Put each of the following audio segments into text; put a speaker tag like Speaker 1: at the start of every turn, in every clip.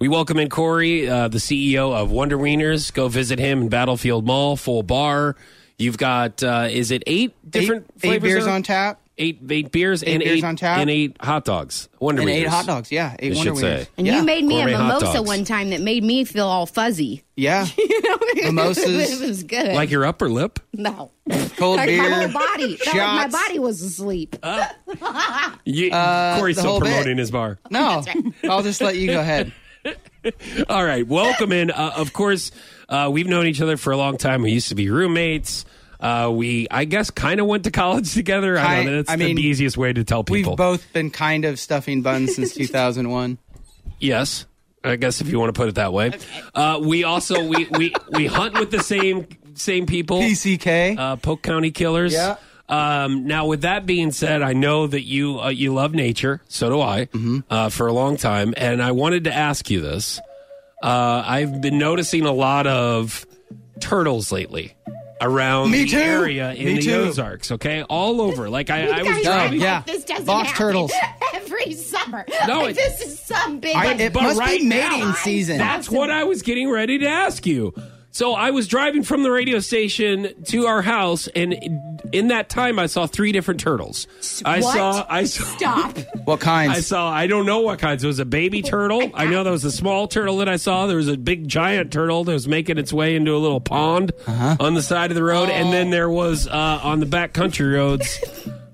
Speaker 1: We welcome in Corey, uh, the CEO of Wonder Wieners. Go visit him in Battlefield Mall, full bar. You've got uh, is it eight different
Speaker 2: eight, eight
Speaker 1: flavors
Speaker 2: beers
Speaker 1: there?
Speaker 2: on tap
Speaker 1: eight eight beers and
Speaker 2: beers
Speaker 1: eight
Speaker 2: on tap.
Speaker 1: and eight hot dogs. Wonder
Speaker 2: and eight
Speaker 1: Wieners.
Speaker 2: hot dogs. Yeah, eight
Speaker 1: It
Speaker 2: Wonder
Speaker 1: should say.
Speaker 2: Wieners.
Speaker 3: And
Speaker 2: yeah.
Speaker 3: you made me a
Speaker 1: Gourmet hot
Speaker 3: mimosa
Speaker 1: dogs.
Speaker 3: one time that made me feel all fuzzy.
Speaker 2: yeah
Speaker 3: it
Speaker 2: mimosas,
Speaker 3: was good.
Speaker 1: Like your upper lip?
Speaker 2: Uh,
Speaker 3: no,
Speaker 2: cold
Speaker 3: like
Speaker 2: beer,
Speaker 3: my whole body. Felt like my
Speaker 2: shots.
Speaker 3: body was asleep.
Speaker 1: You, Corey's
Speaker 2: the
Speaker 1: still
Speaker 2: whole bit.
Speaker 1: promoting his bar.
Speaker 2: No, I'll just let you go ahead.
Speaker 1: All right, welcome in. Uh, of course, uh, we've known each other for a long time. We used to be roommates. Uh, we, I guess, kind of went to college together. I don't
Speaker 2: Ki-
Speaker 1: know. That's
Speaker 2: I
Speaker 1: the
Speaker 2: mean,
Speaker 1: easiest way to tell
Speaker 2: We've
Speaker 1: people.
Speaker 2: both been kind of stuffing buns since 2001.
Speaker 1: Yes, I guess if you want to put it that way. Uh, we also we, we we hunt with the same same people.
Speaker 2: PCK.
Speaker 1: uh, Polk County Killers.
Speaker 2: Yeah.
Speaker 1: Um, now, with that being said, I know that you uh, you love nature. So do I.
Speaker 2: Mm-hmm.
Speaker 1: Uh, for a long time, and I wanted to ask you this. Uh, I've been noticing a lot of turtles lately around
Speaker 2: Me
Speaker 1: the
Speaker 2: too.
Speaker 1: area in
Speaker 2: Me
Speaker 1: the
Speaker 2: too.
Speaker 1: Ozarks. Okay, all over. Like I, I
Speaker 3: You
Speaker 1: was
Speaker 3: guys
Speaker 1: driving.
Speaker 3: act like
Speaker 2: yeah.
Speaker 3: this doesn't
Speaker 2: Box
Speaker 3: happen
Speaker 2: turtles.
Speaker 3: every summer.
Speaker 1: No,
Speaker 3: like,
Speaker 1: it-
Speaker 3: this is some big.
Speaker 2: I- it
Speaker 1: but
Speaker 2: must
Speaker 1: right
Speaker 2: be mating
Speaker 1: now,
Speaker 2: season.
Speaker 1: That's what I was getting ready to ask you. So I was driving from the radio station to our house, and in that time, I saw three different turtles. I
Speaker 3: What?
Speaker 1: saw, I saw,
Speaker 3: Stop.
Speaker 2: what kinds?
Speaker 1: I saw. I don't know what kinds. It was a baby
Speaker 2: Oh,
Speaker 1: turtle. I know there was a small turtle that I saw. There was a big giant turtle that was making its way into a little pond
Speaker 2: Uh-huh.
Speaker 1: on the side of the road, and
Speaker 2: Oh.
Speaker 1: then there was uh, on the back country roads.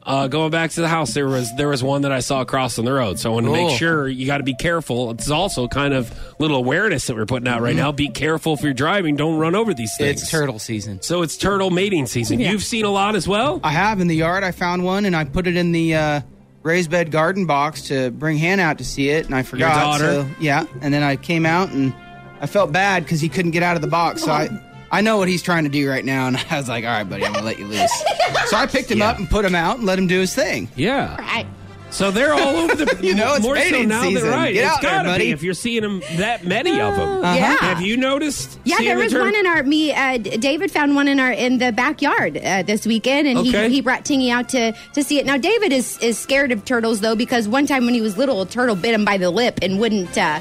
Speaker 1: Uh, going back to the house, there was there was one that I saw crossing the road. So I want to
Speaker 2: Cool.
Speaker 1: make sure you got to be careful. It's also kind of little awareness that we're putting out right now. Be careful if you're driving. Don't run over these things.
Speaker 2: Mm-hmm. it's turtle season.
Speaker 1: So it's turtle mating season. You've seen a lot as well.
Speaker 2: I have in the yard. I found one and I put it in the uh, raised bed garden box to bring Hannah out to see it, and I forgot.
Speaker 1: daughter?
Speaker 2: So, yeah, and then I came out and I felt bad because he couldn't get out of the box. So I, I know what he's trying to do right now, and I was like, "All right, buddy, I'm gonna let you loose." so I picked him up and put him out and let him do his thing.
Speaker 1: Yeah.
Speaker 3: I,
Speaker 1: So they're all over the.
Speaker 2: You know, it's
Speaker 1: more so
Speaker 2: mating
Speaker 1: now
Speaker 2: season.
Speaker 1: than right.
Speaker 2: Get
Speaker 1: It's
Speaker 2: out there,
Speaker 1: gotta be
Speaker 2: buddy.
Speaker 1: if you're seeing them that many of them.
Speaker 3: Yeah.
Speaker 1: Have you noticed?
Speaker 3: Yeah,
Speaker 1: seeing
Speaker 3: there
Speaker 1: the
Speaker 3: was
Speaker 1: turtle-
Speaker 3: one in our. Me, uh, D- David found one in our in the backyard uh, this weekend, and
Speaker 1: Okay.
Speaker 3: he, he brought Tingy out to to see it. Now David is is scared of turtles though because one time when he was little, a turtle bit him by the lip and wouldn't uh,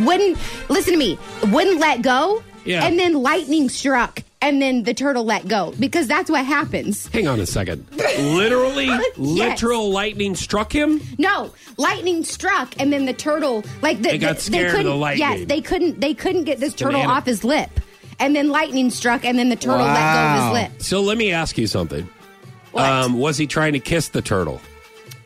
Speaker 3: wouldn't listen to me, wouldn't let go.
Speaker 1: Yeah.
Speaker 3: And then lightning struck, and then the turtle let go because that's what happens.
Speaker 1: Hang on a second. Literally, literal lightning struck him.
Speaker 3: No, lightning struck, and then the turtle like the,
Speaker 1: It got
Speaker 3: the-
Speaker 1: scared
Speaker 3: they
Speaker 1: of
Speaker 3: couldn't.
Speaker 1: the lightning.
Speaker 3: Yes, they couldn't. They couldn't get this
Speaker 1: an
Speaker 3: turtle
Speaker 1: anim-
Speaker 3: off his lip, and then lightning struck, and then the turtle
Speaker 2: Wow.
Speaker 3: let go of his lip.
Speaker 1: So let me ask you something.
Speaker 3: What?
Speaker 1: Um, was he trying to kiss the turtle?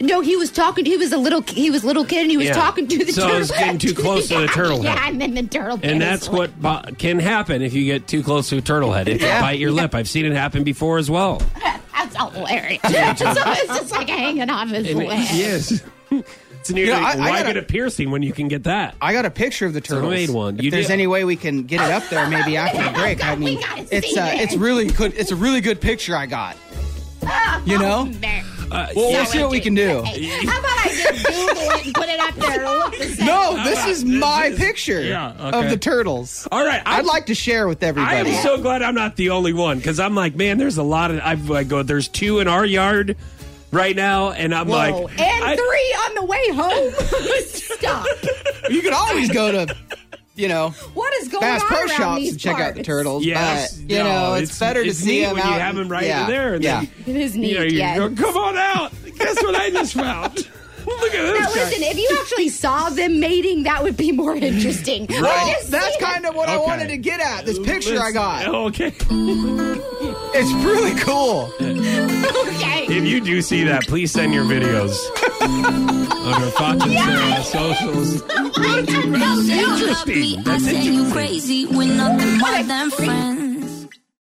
Speaker 3: No, he was talking. He was a little. He was a little kid, and he was
Speaker 1: Yeah.
Speaker 3: talking to the
Speaker 1: So
Speaker 3: turtle.
Speaker 1: I was getting too close to the turtle
Speaker 3: Yeah,
Speaker 1: head.
Speaker 3: and then the turtle. bit
Speaker 1: And
Speaker 3: his
Speaker 1: that's
Speaker 3: lip.
Speaker 1: what bo- can happen if you get too close to a turtle head. It can
Speaker 2: Yeah.
Speaker 1: bite your lip. I've seen it happen before as well.
Speaker 3: That's all hilarious. so it's just like hanging off his
Speaker 1: And it-
Speaker 3: lip.
Speaker 1: yes. It's nearly,
Speaker 2: You know, I- I
Speaker 1: why
Speaker 2: gotta-
Speaker 1: get a piercing when you can get that?
Speaker 2: I got a picture of the turtles.
Speaker 1: made one.
Speaker 2: If
Speaker 1: You
Speaker 2: there's
Speaker 1: did. Oh
Speaker 2: any way we can get it up there, maybe after the break. I
Speaker 3: We
Speaker 2: mean,
Speaker 3: gotta see
Speaker 2: it's uh,
Speaker 3: it.
Speaker 2: it's really good. It's a really good picture I got. You know,
Speaker 3: Oh, Man.
Speaker 1: Uh,
Speaker 2: well, we'll see what we can do.
Speaker 3: How about I just Google it and put it up there and look the same?
Speaker 2: No, this is my picture
Speaker 1: yeah, okay.
Speaker 2: of the turtles.
Speaker 1: All right,
Speaker 2: I'd
Speaker 1: I'm-
Speaker 2: like to share with
Speaker 1: I'm
Speaker 2: everybody.
Speaker 1: so glad I'm not the only one because I'm like, man, there's a lot of. I've, I go, there's two in our yard right now, and I'm
Speaker 3: Whoa.
Speaker 1: like,
Speaker 3: and
Speaker 1: I-
Speaker 3: three on the way home. Stop.
Speaker 2: you could always go to, you know,
Speaker 3: What is going
Speaker 2: Bass
Speaker 3: on
Speaker 2: Pro
Speaker 3: around
Speaker 2: Shops
Speaker 3: these
Speaker 2: and check out the
Speaker 3: parts?
Speaker 2: turtles.
Speaker 1: Yes,
Speaker 2: but, you
Speaker 1: no,
Speaker 2: know, it's, better to
Speaker 1: it's
Speaker 2: see
Speaker 1: neat
Speaker 2: them
Speaker 1: when
Speaker 2: out.
Speaker 1: you have them right
Speaker 2: yeah,
Speaker 1: there. And
Speaker 2: yeah.
Speaker 1: then,
Speaker 3: It is
Speaker 1: you know,
Speaker 3: neat,
Speaker 1: you
Speaker 3: yes.
Speaker 1: go, come on out. Guess what I just found? Look at this.
Speaker 3: Now
Speaker 1: guy.
Speaker 3: listen, if you actually saw them mating, that would be more interesting. Right.
Speaker 2: Well, that's kind of what I
Speaker 1: Okay.
Speaker 2: wanted to get at. This picture I
Speaker 1: Listen-
Speaker 2: got.
Speaker 1: Okay.
Speaker 2: It's really cool.
Speaker 3: okay.
Speaker 1: If you do see that, please send your videos on our Fox and Sarah socials.
Speaker 4: That's
Speaker 1: interesting. That's
Speaker 4: I say you
Speaker 1: interesting.
Speaker 4: crazy. We're nothing more than friends.